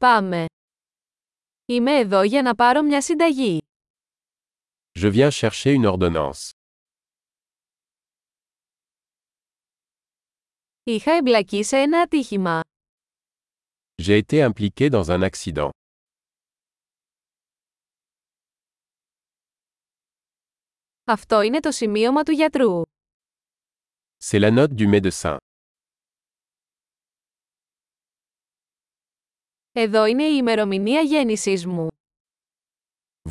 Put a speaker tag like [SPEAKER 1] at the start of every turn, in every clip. [SPEAKER 1] Πάμε. Είμαι εδώ για να πάρω μια συνταγή.
[SPEAKER 2] Je viens chercher une ordonnance.
[SPEAKER 1] Είχα εμπλακεί σε ένα ατύχημα.
[SPEAKER 2] J'ai été impliqué dans un accident.
[SPEAKER 1] Αυτό είναι το σημείωμα του γιατρού.
[SPEAKER 2] C'est la note du médecin.
[SPEAKER 1] Εδώ είναι η ημερομηνία γέννησής μου.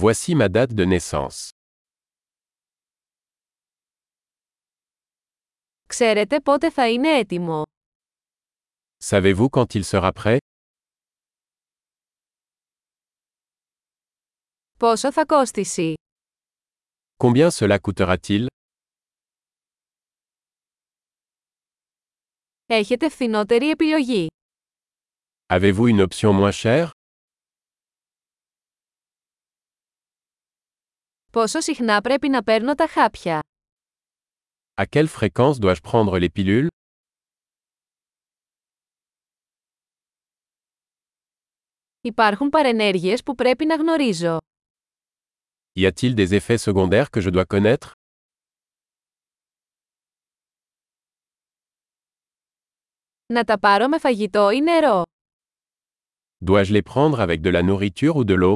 [SPEAKER 2] Voici ma date de naissance.
[SPEAKER 1] Ξέρετε πότε θα είναι έτοιμο.
[SPEAKER 2] Savez-vous quand il sera prêt
[SPEAKER 1] Πόσο θα κόστησει.
[SPEAKER 2] Combien cela coûtera-t-il
[SPEAKER 1] Έχετε φθηνότερη επιλογή.
[SPEAKER 2] Avez-vous une option moins chère
[SPEAKER 1] Πόσο συχνά πρέπει να παίρνω τα χάπια.
[SPEAKER 2] À quelle fréquence dois-je prendre les pilules
[SPEAKER 1] Υπάρχουν παρενέργειες που πρέπει να γνωρίζω.
[SPEAKER 2] Y a-t-il des effets secondaires que je dois connaître
[SPEAKER 1] Να τα πάρω με φαγητό ή νερό.
[SPEAKER 2] Dois-je les prendre avec de la nourriture ou de l'eau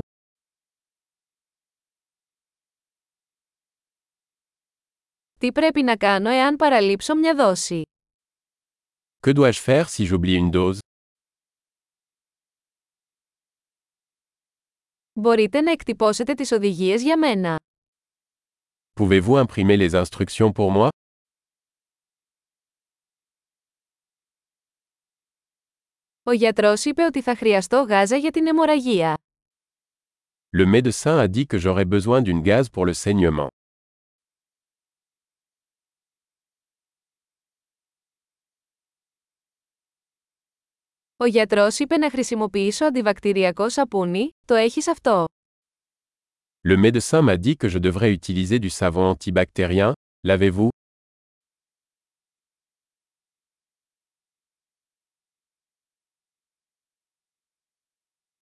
[SPEAKER 1] Τι πρέπει να κάνω εάν παραλείψω μια δόση.
[SPEAKER 2] Que dois-je faire si j'oublie une dose
[SPEAKER 1] Μπορείτε να εκτυπώσετε τις οδηγίες για μένα.
[SPEAKER 2] Pouvez-vous imprimer les instructions pour moi
[SPEAKER 1] Ο γιατρός είπε ότι θα χρειαστώ γάζα για την αιμορραγία.
[SPEAKER 2] Le médecin a dit que j'aurais besoin d'une gaz pour le saignement.
[SPEAKER 1] Ο γιατρός είπε να χρησιμοποιήσω αντιβακτηριακό σαπούνι, το έχεις αυτό.
[SPEAKER 2] Le médecin m'a dit que je devrais utiliser du savon antibactérien, l'avez-vous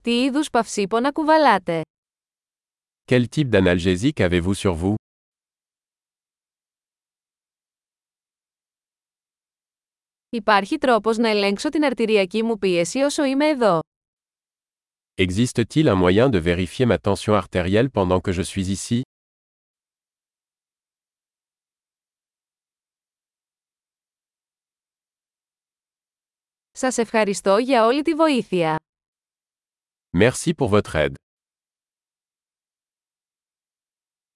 [SPEAKER 1] Τι είδους παυσίπονα κουβαλάτε.
[SPEAKER 2] Quel type d'analgésique avez-vous sur vous
[SPEAKER 1] Υπάρχει τρόπος να ελέγξω την αρτηριακή μου πίεση όσο είμαι εδώ.
[SPEAKER 2] Existe-t-il un moyen de vérifier ma tension artérielle pendant que je suis ici
[SPEAKER 1] Σας ευχαριστώ για όλη τη βοήθεια.
[SPEAKER 2] Merci pour votre aide.